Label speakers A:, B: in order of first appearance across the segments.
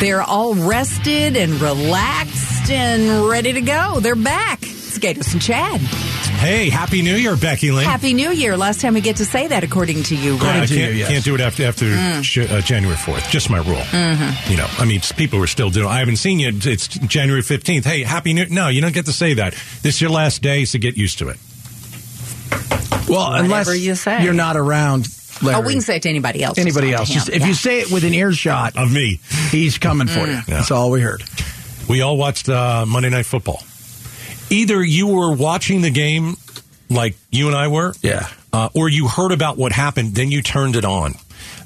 A: They're all rested and relaxed and ready to go. They're back. It's Gatos and Chad.
B: Hey, Happy New Year, Becky Lynn.
A: Happy New Year. Last time we get to say that, according to you,
B: I
A: right?
B: can't,
C: Happy New Year, Mm. yes.
B: can't do it after after sh- uh, January fourth. Just my rule.
C: Mm-hmm.
B: You know, I mean, s- people are still doing. I haven't seen you. It's January fifteenth. Hey, happy new. No, you don't get to say that. This is your last day, so get used to it.
C: Well, unless
A: you say.
C: are not around, Larry.
A: Oh, we can say it to anybody else.
C: anybody
A: It's
C: else.
A: not
C: Just,
A: him.
C: if
A: Yeah. Mm.
C: you say it within earshot,
B: Of me,
C: he's coming for you. That's all we heard.
B: we all watched uh, Monday Night Football. Either you were watching the game, like you and I were,
C: Yeah.
B: uh, or you heard about what happened, then you turned it on.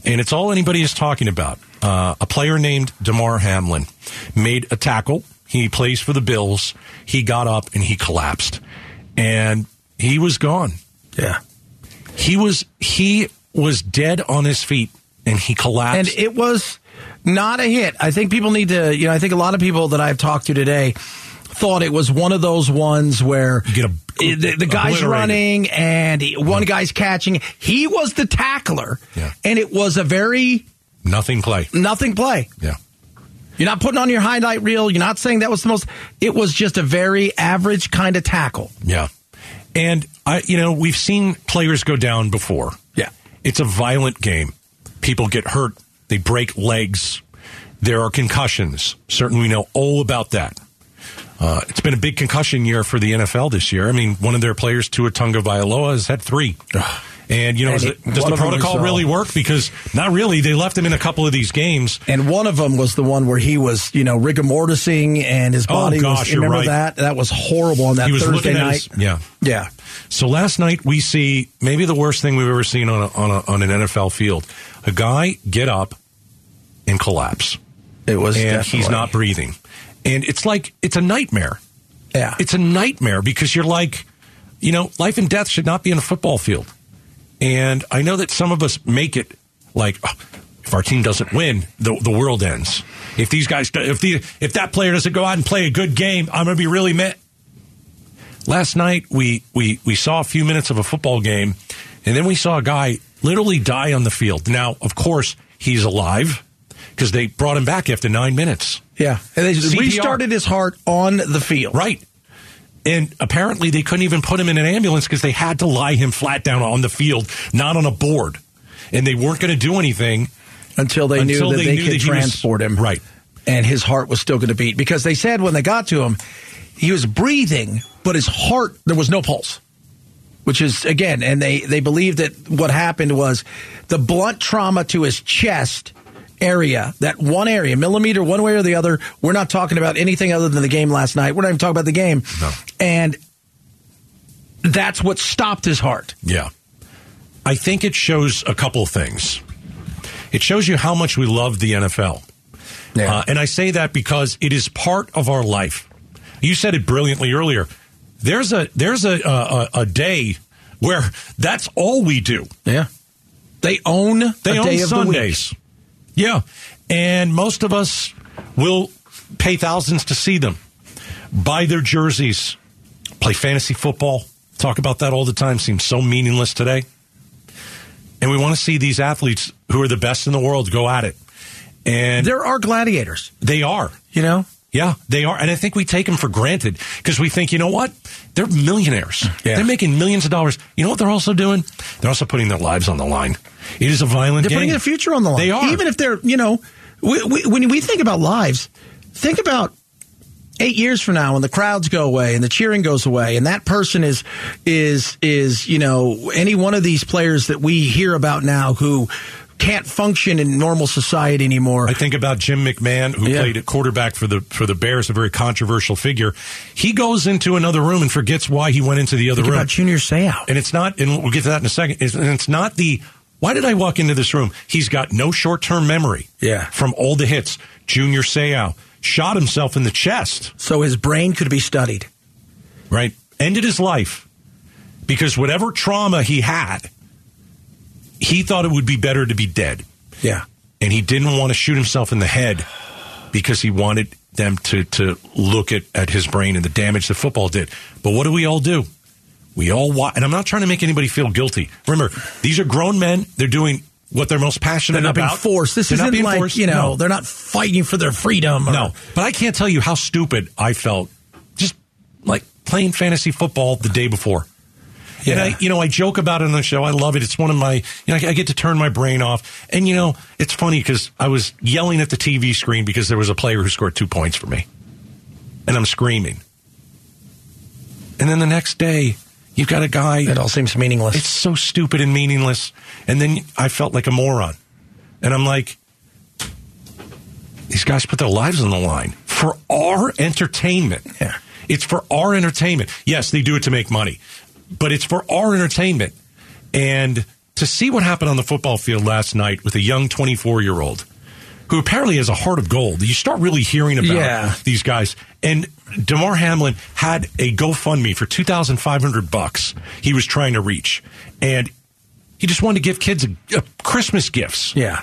B: And it's all anybody is talking about. Uh, a player named DeMar Hamlin made a tackle. He plays for the Bills. He got up and he collapsed. And he was gone.
C: Yeah.
B: He was he was dead on his feet and he
C: And
B: collapsed.
C: it was not a hit. I think people need to, you know, I think a lot of people that I've talked to today thought it was one of those ones where
B: You get a-
C: Eh, the, the guy's
B: obliterated.
C: running and he, one guy's catching. He was the tackler.
B: Yeah.
C: And it was a very
B: Nothing play.
C: nothing play.
B: Yeah.
C: You're not putting on your highlight reel. You're not saying that was the most. It was just a very average kind of tackle.
B: Yeah. And I you know, we've seen players go down before.
C: Yeah.
B: It's a violent game. People get hurt, they break legs. There are concussions. Certainly we know all about that. Uh, it's been a big concussion year for the NFL this year. I mean, one of their players, Tua Tunga Vailoa, has had three. And, you know, is
C: And
B: it-
C: it-
B: does
C: one
B: the
C: of them
B: protocol
C: was, uh,
B: really work? Because not really. They left him in a couple of these games.
C: And one of them was the one where he was, you know, rigor mortising and his
B: Oh,
C: body
B: gosh,
C: was.
B: you're
C: Remember
B: right.
C: that? That was horrible on that
B: He was
C: Thursday
B: looking at
C: night.
B: his- yeah.
C: Yeah.
B: So last night we see maybe the worst thing we've ever seen on a, on, a, on an NFL field: a guy get up and collapse,
C: It was.
B: and
C: definitely-
B: he's not breathing, and it's like it's a nightmare.
C: Yeah.
B: It's a nightmare because you're like, you know, life and death should not be in a football field, and I know that some of us make it like. "Oh, if our team doesn't win, the, the world ends. If these guys, do- if the if that player doesn't go out and play a good game, I'm going to be really mad last night we, we we saw a few minutes of a football game and then we saw a guy literally die on the field now of course he's alive because they brought him back after nine minutes
C: yeah. And they just
B: CPR.
C: restarted his heart on the field.
B: right and apparently they couldn't even put him in an ambulance because they had to lie him flat down on the field not on a board and they weren't going to do anything
C: until they
B: Until
C: knew that
B: they
C: they,
B: knew
C: could
B: that he was-
C: transport him.
B: Right.
C: And his heart was still going to beat because they said when they got to him, he was breathing, but his heart, there was no pulse. Which is again, and they they believe that what happened was the blunt trauma to his chest area, that one area, millimeter, one way or the other. We're not talking about anything other than the game last night. We're not even talking about the game,
B: No.
C: and that's what stopped his heart.
B: Yeah. I think it shows a couple of things. It shows you how much we love the NFL.
C: Yeah.
B: Uh, and I say that because it is part of our life. You said it brilliantly earlier. There's a there's a a, a a day where that's all we do.
C: Yeah, they own
B: They
C: a
B: own
C: day of the week.
B: Sundays. yeah. And most of us will pay thousands to see them, buy their jerseys, play fantasy football. Talk about that all the time. Seems so meaningless today. And we want to see these athletes who are the best in the world go at it. And
C: There are gladiators,
B: they are.
C: you know.
B: Yeah, they are. And I think we take them for granted because we think, you know what? They're millionaires.
C: Yeah.
B: They're making millions of dollars. You know what they're also doing? They're also putting their lives on the line. It is a violent
C: They're
B: game.
C: putting their future on the line.
B: They are.
C: Even if they're, you know, we, we, when we think about lives, think about eight years from now when the crowds go away and the cheering goes away and that person is is is you know any one of these players that we hear about now who can't function in normal society anymore
B: I think about Jim McMahon, who
C: Yeah.
B: played at quarterback for the for the Bears, a very controversial figure. He goes into another room and forgets why he went into the other
C: think
B: room.
C: about junior Seau
B: and it's not, and we'll get to that in a second. It's, and it's not the why did I walk into this room? He's got no short term memory.
C: Yeah.
B: from all the hits. Junior Seau shot himself in the chest.
C: so his brain could be studied
B: Right, ended his life because whatever trauma he had, he thought it would be better to be dead
C: yeah
B: and he didn't want to shoot himself in the head because he wanted them to to look at, at his brain and the damage the football did. But what do we all do? We all watch, and I'm not trying to make anybody feel guilty. Remember, these are grown men. They're doing what they're most passionate
C: They're not
B: about.
C: being forced. This
B: They're not
C: isn't
B: being
C: like
B: forced.
C: you know
B: No.
C: they're not fighting for their freedom. or-
B: No, but I can't tell you how stupid I felt just like playing fantasy football the day before. And
C: Yeah.
B: I, you know, I joke about it on the show. I love it. It's one of my, you know, I get to turn my brain off. And, you know, it's funny because I was yelling at the TV screen because there was a player who scored two points for me. And I'm screaming. And then the next day, you've got a guy
C: it all seems meaningless.
B: it's so stupid and meaningless. And then I felt like a moron. And I'm like, these guys put their lives on the line for our entertainment.
C: Yeah.
B: It's for our entertainment. Yes, they do it to make money, but it's for our entertainment. And to see what happened on the football field last night with a young 24 year old who apparently has a heart of gold, you start really hearing about
C: Yeah.
B: these guys. And Damar Hamlin had a GoFundMe for 2500 bucks he was trying to reach. And he just wanted to give kids a, a Christmas gifts.
C: yeah,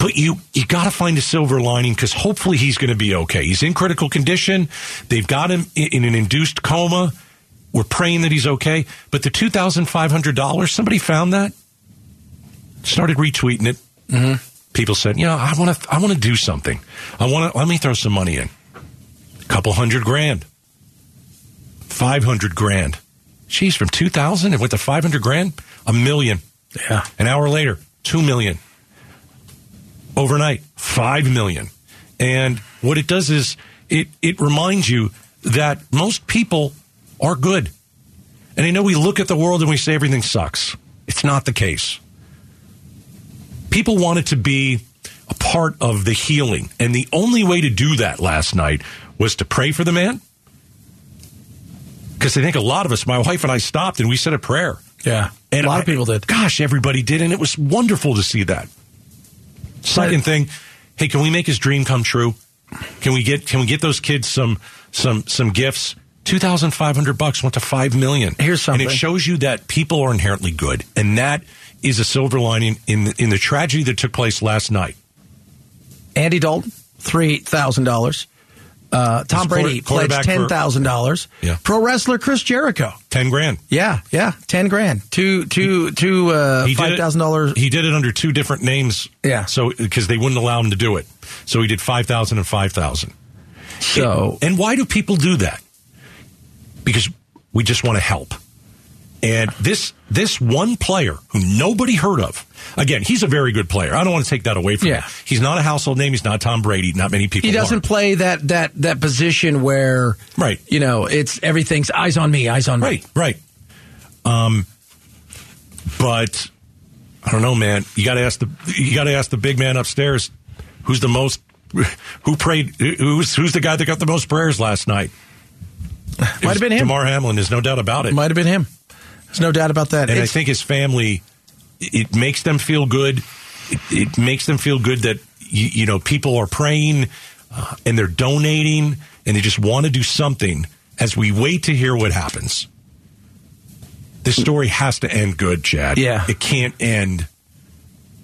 B: But you you got to find a silver lining because hopefully he's going to be okay. He's in critical condition. They've got him in, in an induced coma. We're praying that he's okay. But the two thousand five hundred dollars somebody found that started retweeting it. Mm-hmm. People said, you know, I want to I want to do something. I want to let me throw some money in. Couple hundred grand. Five hundred grand. Jeez, from two thousand it went to five hundred grand. A million.
C: yeah.
B: An hour later, 2 million. Overnight, 5 million. And what it does is it, it reminds you that most people are good. And I know we look at the world and we say everything sucks. It's not the case. People wanted to be a part of the healing. And the only way to do that last night was to pray for the man. Because I think a lot of us, my wife and I stopped and we said a prayer.
C: Yeah.
B: And
C: a lot
B: I-
C: of people did.
B: Gosh, everybody did, and it was wonderful to see that. Second thing, hey, can we make his dream come true? Can we get can we get those kids some some some gifts? Two thousand five hundred bucks went to five million.
C: Here's
B: and it
C: something.
B: shows you that people are inherently good, and that is a silver lining in the, in the tragedy that took place last night.
C: Andy Dalton, three thousand dollars. Uh,
B: He's
C: Tom Brady
B: quarter-
C: pledged ten
B: quarterback for-
C: thousand dollars.
B: Yeah.
C: Pro wrestler Chris Jericho.
B: Ten grand.
C: Yeah, yeah, ten grand. Two, two, two. Uh,
B: He did
C: five
B: it-
C: thousand dollars.
B: He did it under two different names.
C: Yeah.
B: So because they wouldn't allow him to do it, so he did five thousand and five thousand.
C: So
B: And why do people do that? Because we just want to help. And this this one player who nobody heard of, again, he's a very good player. I don't want to take that away from
C: Yeah.
B: him. He's not a household name. He's not Tom Brady. Not many people.
C: he doesn't
B: are.
C: play that that that position where
B: Right.
C: You know, it's everything's eyes on me, eyes on me.
B: Right, right. Um, but I don't know, man. You got to ask the you got to ask the big man upstairs who's the most who prayed who's who's the guy that got the most prayers last night. It
C: Might
B: was
C: have been him.
B: Damar Hamlin. There's no doubt about it.
C: Might have been him. There's no doubt about that.
B: and I
C: It's-
B: think his family, it it makes them feel good. It, it makes them feel good that you, you know people are praying uh, and they're donating and they just want to do something. As we wait to hear what happens, this story has to end good, Chad.
C: Hmm. Yeah.
B: it can't end.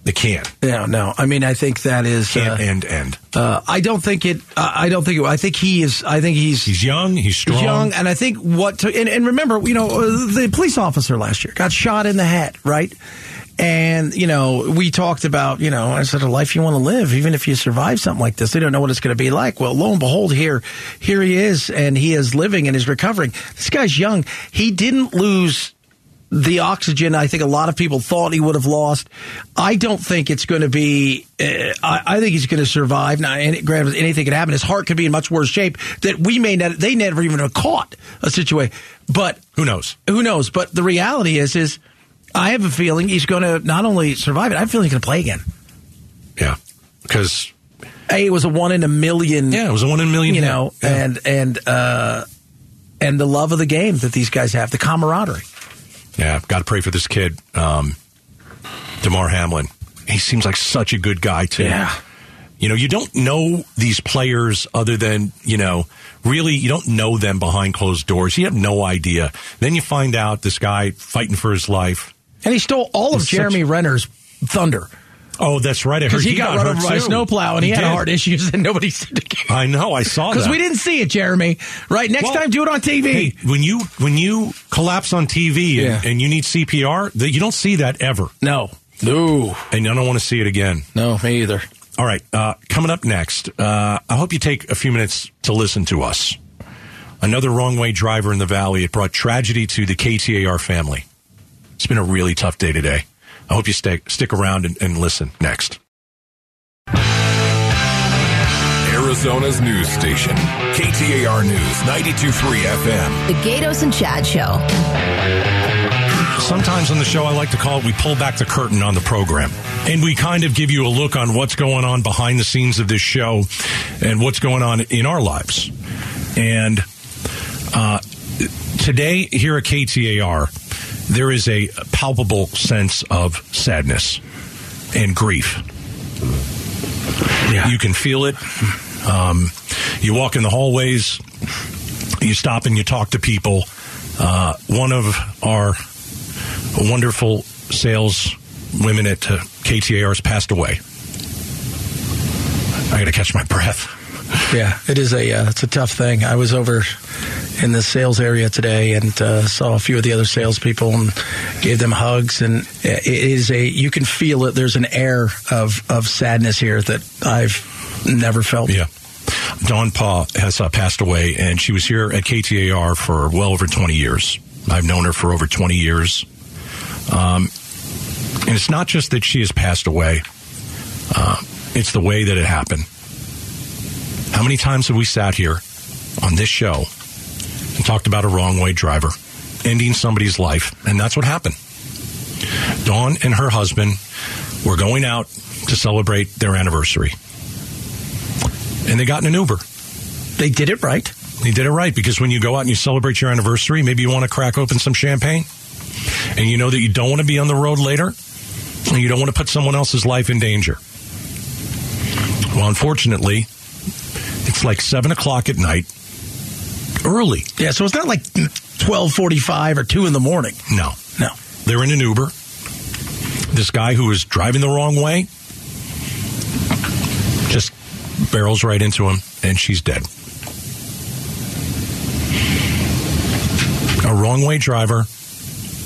B: It can't
C: no, no. I mean, I think that is.
B: can't
C: Uh,
B: end end.
C: uh, I don't think it. I I don't think. It, I think he is. I think he's.
B: He's young. He's strong.
C: He's young, and I think what to, and, and remember, you know, uh, the police officer last year got shot in the head, right? And you know, we talked about you know, I said, a life you want to live, even if you survive something like this, they don't know what it's going to be like. Well, lo and behold, here, here he is, and he is living and is recovering. This guy's young. He didn't lose the oxygen I think a lot of people thought he would have lost. I don't think it's going to be. Uh, I, I think he's going to survive. Now, and granted, anything could happen. His heart could be in much worse shape that we may not. They never even have caught a situation. But
B: Who knows?
C: who knows? But the reality is, is I have a feeling he's going to not only survive it. I have a feeling he's going to play again.
B: Yeah, because
C: A it was a one in a million.
B: yeah, it was a one in a million.
C: you
B: hit.
C: know,
B: Yeah.
C: and and uh, and the love of the game that these guys have, the camaraderie.
B: Yeah, I've got to pray for this kid, um, Damar Hamlin. He seems like such a good guy too.
C: Yeah.
B: You know, you don't know these players other than you know. Really, you don't know them behind closed doors. You have no idea. Then you find out this guy fighting for his life.
C: And he stole all of
B: He's such-
C: Jeremy Renner's thunder.
B: Oh, that's right. I heard
C: because he, got, run
B: hurt
C: over by a
B: too.
C: snowplow and he, had
B: did.
C: heart issues and nobody said
B: I know. I saw that.
C: because we didn't see it, Jeremy. Right next
B: Well,
C: time, do it on TV.
B: Hey, when you when you collapse on TV and,
C: Yeah.
B: and you need CPR, that you don't see that ever.
C: no, No,
B: and I don't want to see it again.
C: no, me either.
B: All right, uh, coming up next, uh, I hope you take a few minutes to listen to us. Another wrong way driver in the valley. It brought tragedy to the KTAR family. It's been a really tough day today. I hope you stay, stick around and, and listen next.
D: Arizona's news station, KTAR News 92.3 FM.
E: The Gatos and Chad Show.
B: Sometimes on the show, I like to call it we pull back the curtain on the program. And we kind of give you a look on what's going on behind the scenes of this show and what's going on in our lives. And uh, today, here at KTAR, there is a palpable sense of sadness and grief. You can feel it. Um, you walk in the hallways, you stop and you talk to people. Uh, one of our wonderful sales women at uh, KTAR's passed away. I got to catch my breath.
C: Yeah, it is a uh, it's a tough thing. I was over in the sales area today and uh, saw a few of the other salespeople and gave them hugs. And it is a you can feel it. There's an air of of sadness here that I've never felt.
B: Yeah. Dawn Pa has uh, passed away, and she was here at KTAR for well over 20 years. I've known her for over 20 years. Um, and it's not just that she has passed away, uh, it's the way that it happened. How many times have we sat here on this show and talked about a wrong way driver ending somebody's life? And that's what happened. Dawn and her husband were going out to celebrate their anniversary, and they got in an Uber.
C: They did it right.
B: They did it right because when you go out and you celebrate your anniversary, maybe you want to crack open some champagne and you know that you don't want to be on the road later and you don't want to put someone else's life in danger. Well, unfortunately, it's like seven o'clock at night. Early.
C: Yeah, so it's not like twelve forty five or two in the morning.
B: No.
C: No.
B: They're in an Uber. This guy who was driving the wrong way just barrels right into him, and she's dead. A wrong way driver.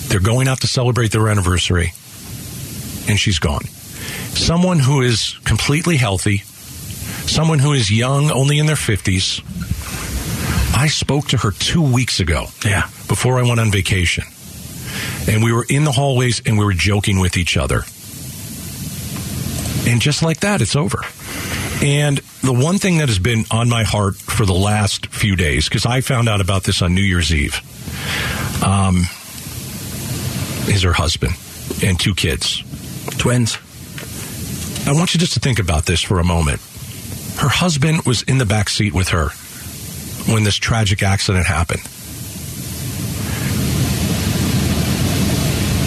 B: They're going out to celebrate their anniversary, and she's gone. Someone who is completely healthy, someone who is young, only in their 50s. I spoke to her two weeks ago.
C: Yeah.
B: Before I went on vacation and we were in the hallways and we were joking with each other. And just like that, it's over. And the one thing that has been on my heart for the last few days, because I found out about this on New Year's Eve, um, is her husband and two kids.
C: Twins.
B: I want you just to think about this for a moment. Her husband was in the back seat with her when this tragic accident happened.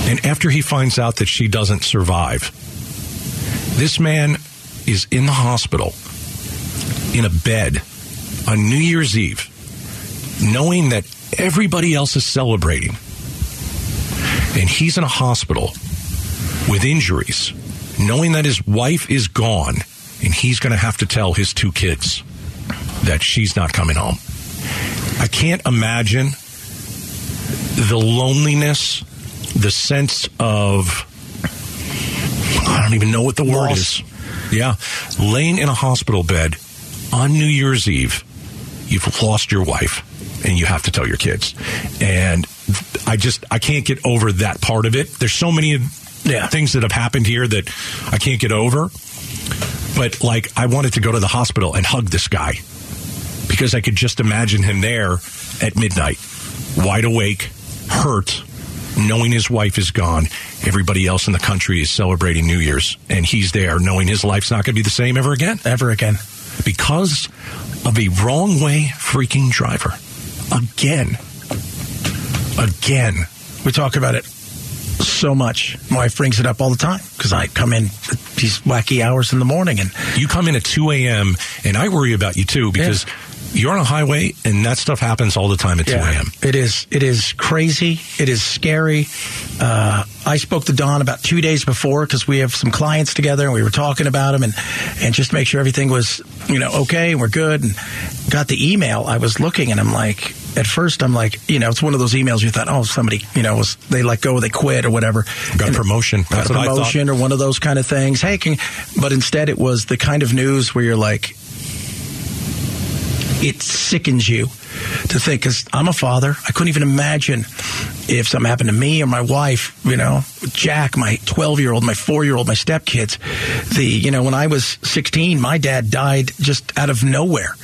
B: And after he finds out that she doesn't survive, this man is in the hospital in a bed on New Year's Eve, knowing that everybody else is celebrating. And he's in a hospital with injuries, knowing that his wife is gone and he's going to have to tell his two kids that she's not coming home. I can't imagine the loneliness, the sense of, I don't even know what the word
C: Loss.
B: is. Yeah. Laying in a hospital bed on New Year's Eve, you've lost your wife and you have to tell your kids. And I just, I can't get over that part of it. There's so many
C: Yeah.
B: things that have happened here that I can't get over. But like, I wanted to go to the hospital and hug this guy because I could just imagine him there at midnight, wide awake, hurt, knowing his wife is gone. Everybody else in the country is celebrating New Year's, and he's there knowing his life's not going to be the same ever again
C: Ever again.
B: because of a wrong way freaking driver. Again. Again.
C: We talk about it so much. My wife brings it up all the time because I come in at these wacky hours in the morning and
B: You come in at 2 a.m., and I worry about you too because you're on a highway and that stuff happens all the time at 2 a.m.
C: It is. It is crazy. It is scary. Uh, I spoke to Don about two days before because we have some clients together, and we were talking about them and and just to make sure everything was you know okay and we're good. And got the email. I was looking, and I'm like, at first I'm like, you know, it's one of those emails you thought, oh, somebody, you know, was they let go, they quit or whatever,
B: Got a promotion.
C: got
B: That's
C: a
B: what I thought.
C: promotion or one of those kind of things. Hey, can, but instead it was the kind of news where you're like, it sickens you to think because I'm a father. I couldn't even imagine if something happened to me or my wife, you know, Jack, my 12 year old, my four year old, my stepkids. The, you know, when I was 16, my dad died just out of nowhere.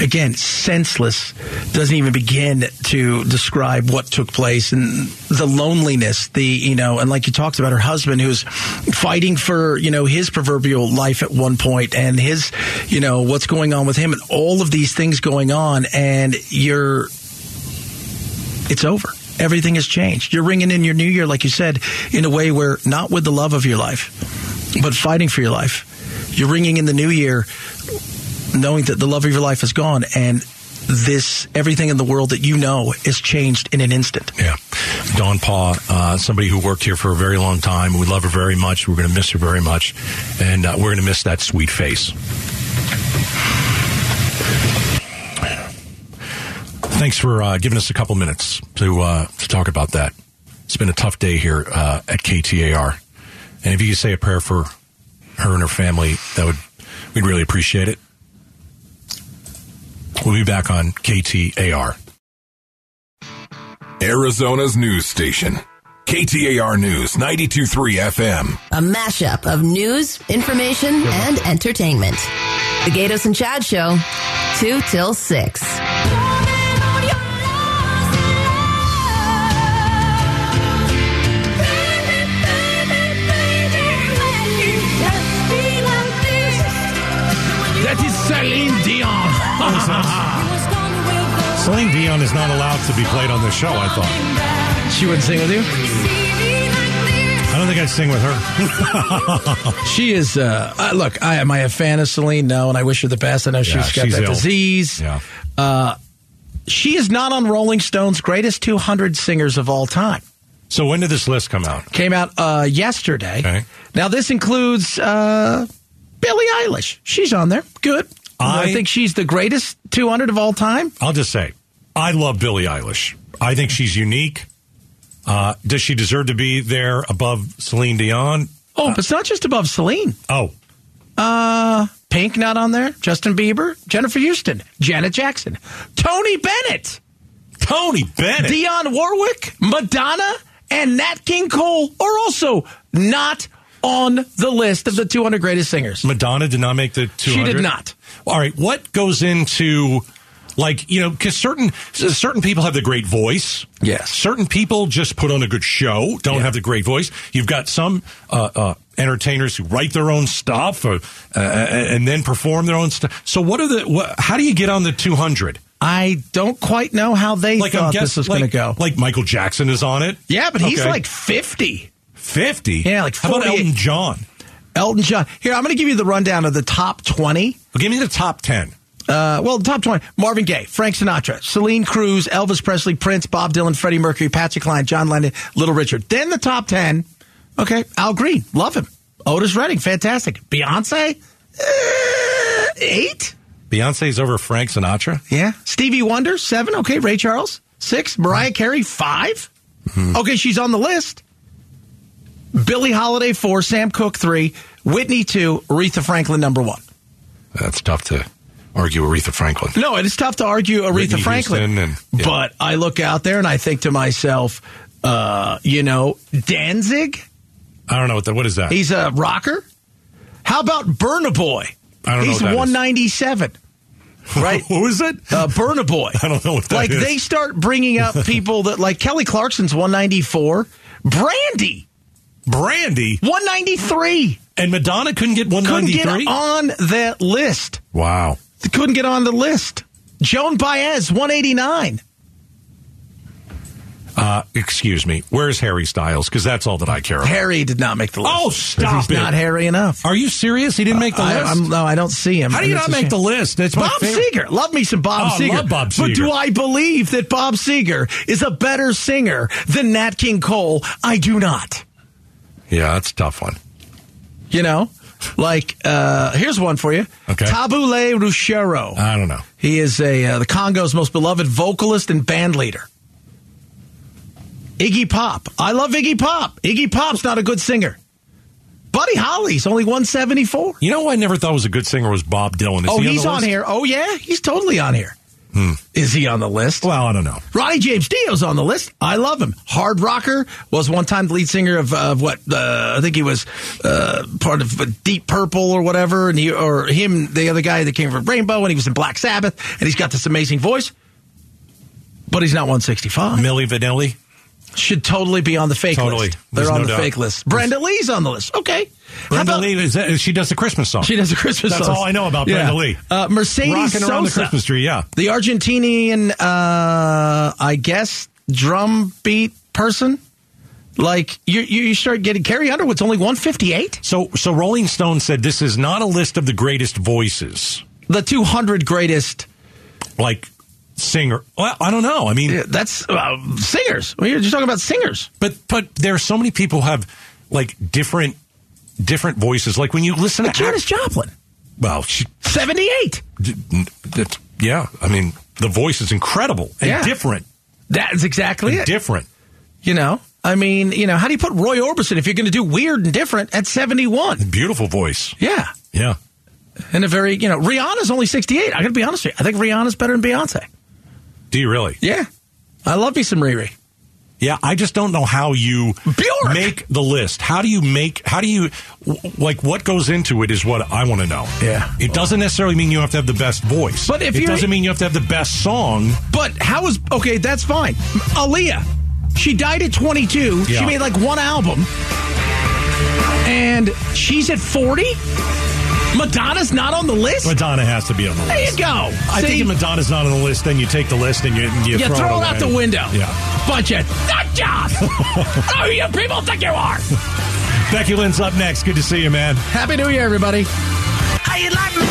C: Again, senseless, doesn't even begin to describe what took place and the loneliness, the, you know, and like you talked about her husband who's fighting for, you know, his proverbial life at one point and his, you know, what's going on with him and all of these things going on. And you're, it's over. Everything has changed. You're ringing in your new year, like you said, in a way where not with the love of your life, but fighting for your life. You're ringing in the new year knowing that the love of your life is gone and this everything in the world that you know is changed in an instant.
B: Yeah. Dawn Paw, uh, somebody who worked here for a very long time. We love her very much. We're going to miss her very much. And uh, we're going to miss that sweet face. Thanks for uh, giving us a couple minutes to, uh, to talk about that. It's been a tough day here uh, at KTAR. And if you could say a prayer for her and her family, that would we'd really appreciate it. We'll be back on KTAR.
D: Arizona's news station. KTAR News 923 FM.
E: a mashup of news, information, and entertainment. The Gatos and Chad Show, 2 till 6.
F: That is Celine Dion.
B: Celine Dion is not allowed to be played on this show, I thought.
C: She wouldn't sing with you?
B: I don't think I'd sing with her.
C: She is. Uh, uh, look, I am I a fan of Celine? No, and I wish her the best. I know
B: Yeah,
C: she's got
B: she's
C: that
B: ill.
C: disease. She is not on Rolling Stone's greatest 200 singers of all time.
B: So when did this list come out?
C: Came out uh, yesterday.
B: Okay.
C: Now this includes uh, Billie Eilish. She's on there. Good.
B: I-
C: think she's the greatest 200 of all time.
B: I'll just say, I love Billie Eilish. I think she's unique. Uh, does she deserve to be there above Celine Dion?
C: Oh, but it's not just above Celine.
B: Oh,
C: Pink not on there. Justin Bieber, Jennifer Houston, Janet Jackson, Tony Bennett.
B: Tony Bennett.
C: Dionne Warwick, Madonna, and Nat King Cole are also not on the list of the 200 greatest singers.
B: Madonna did not make the 200.
C: She did not.
B: All right, what goes into like you know because certain certain people have the great voice.
C: Yes.
B: Certain people just put on a good show. Don't have the great voice. You've got some uh, uh, entertainers who write their own stuff or, uh, and then perform their own stuff. So what are the what, how do you get on the two hundred?
C: I don't quite know how they thought this was
B: like,
C: going to go.
B: Like Michael Jackson is on it.
C: yeah, but he's
B: Okay.
C: like 50.
B: fifty.
C: Yeah, like
B: how about
C: 48.
B: Elton John?
C: Elton John. Here, I'm going to give you the rundown of the top 20.
B: Give me the top ten.
C: Uh, well, top 20. Marvin Gaye, Frank Sinatra, Celine Cruz, Elvis Presley, Prince, Bob Dylan, Freddie Mercury, Patsy Cline, John Lennon, Little Richard. Then the top 10. Okay, Al Green, love him. Otis Redding, fantastic. Beyonce, uh, eight.
B: Beyonce's over Frank Sinatra.
C: Yeah. Stevie Wonder, seven. Okay, Ray Charles, six. Mariah Carey, 5
B: Hmm.
C: Okay, she's on the list. Billie Holiday, four. Sam Cooke, three. Whitney, two. Aretha Franklin, number one.
B: That's tough to argue Aretha Franklin.
C: No, it is tough to argue Aretha
B: Whitney
C: Franklin.
B: Houston and- yeah.
C: But I look out there and I think to myself, uh, you know, Danzig,
B: I don't know what that. What is that?
C: he's a rocker. How about Burna Boy?
B: I don't know
C: he's
B: what that is.
C: 197. Right.
B: Who is it?
C: Uh, Burna Boy.
B: I don't know what that
C: like
B: is.
C: they start bringing up people that like Kelly Clarkson's 194, Brandy
B: Brandy
C: 193
B: and Madonna couldn't get
C: couldn't get
B: 193.
C: on that list.
B: wow.
C: Couldn't get on the list. Joan Baez 189.
B: Uh, excuse me. Where's Harry Styles? Because that's all that I care about.
C: Harry did not make the list.
B: Oh, stop
C: He's not
B: it.
C: Harry enough.
B: Are you serious? He didn't make the
C: I,
B: list.
C: I'm, no, I don't see him.
B: How do you not make the list? That's my
C: Bob
B: favorite.
C: Seger. Love me some Bob
B: Oh, I
C: Seger.
B: love Bob
C: But
B: Seger.
C: do I believe that Bob Seger is a better singer than Nat King Cole? I do not.
B: Yeah, that's a tough one.
C: You know? Like, uh, here's one for you.
B: Okay. Uh.
C: Tabule Ruchero.
B: I don't know.
C: He is a uh, the Congo's most beloved vocalist and band leader. Iggy Pop. I love Iggy Pop. Iggy Pop's not a good singer. Buddy Holly's only 174.
B: You know who I never thought was a good singer was Bob Dylan. Is
C: oh,
B: he
C: he's
B: the
C: on
B: list? Hmm.
C: here. Oh, yeah. He's totally on here. Is he on the list?
B: Well, I don't know.
C: Ronnie James Dio's on the list. I love him. Hard rocker was one time the lead singer of, of what uh, I think he was uh, part of uh, Deep Purple or whatever, and he or him, the other guy that came from Rainbow, and he was in Black Sabbath, and he's got this amazing voice. But he's not 165.
B: Millie Vanilli.
C: Should totally be on the fake
B: Totally.
C: list. They're
B: There's
C: on
B: no
C: the
B: doubt.
C: fake list. Brenda Lee's on the list. Okay. How
B: Brenda
C: about-
B: Lee, is that, she does the Christmas song.
C: She does a Christmas.
B: That's
C: song.
B: all I know about
C: Yeah.
B: Brenda Lee.
C: Uh, Mercedes
B: Rocking
C: Sosa.
B: around the Christmas tree, yeah.
C: The Argentinian, uh, I guess, drum beat person. Like you, you, you start getting Carrie Underwood's only one fifty eight.
B: So, so Rolling Stone said this is not a list of the greatest voices,
C: The two hundred greatest.
B: like singer. Well, I don't know. I mean,
C: yeah, That's uh, singers. We're just talking about singers.
B: but but there are so many people who have like different different voices. Like when you listen to
C: Janis Joplin,
B: well, she,
C: seventy eight.
B: d- n- that's- yeah. I mean, the voice is incredible and
C: Yeah.
B: different,
C: That is exactly it.
B: different.
C: you know, I mean, you know, how do you put Roy Orbison if you're going to do weird and different at seventy one?
B: Beautiful voice.
C: Yeah,
B: Yeah.
C: and a very you know, Rihanna's only sixty eight. I got to be honest with you. I think Rihanna's better than Beyonce.
B: Do you really?
C: Yeah. I love me some Riri.
B: Yeah, I just don't know how you
C: Bjork!
B: make the list. How do you make? How do you w- like what goes into it? Is what I want to know.
C: Yeah.
B: it doesn't necessarily mean you have to have the best voice,
C: But if
B: it
C: you're-
B: doesn't mean you have to have the best song.
C: But how is okay, that's fine. Aaliyah. She died at 22. She
B: Yeah.
C: made like one album. And she's at 40? Madonna's not on the list?
B: Madonna has to be on the
C: There you
B: list.
C: go.
B: I
C: See?
B: think if Madonna's not on the list, then you take the list and you you,
C: you throw it out
B: away.
C: the window.
B: Yeah,
C: Bunch of nut jobs. oh, you people think you are.
B: Becky Lynn's up next. Good to see you, man.
C: Happy New Year, everybody.
E: How you like me?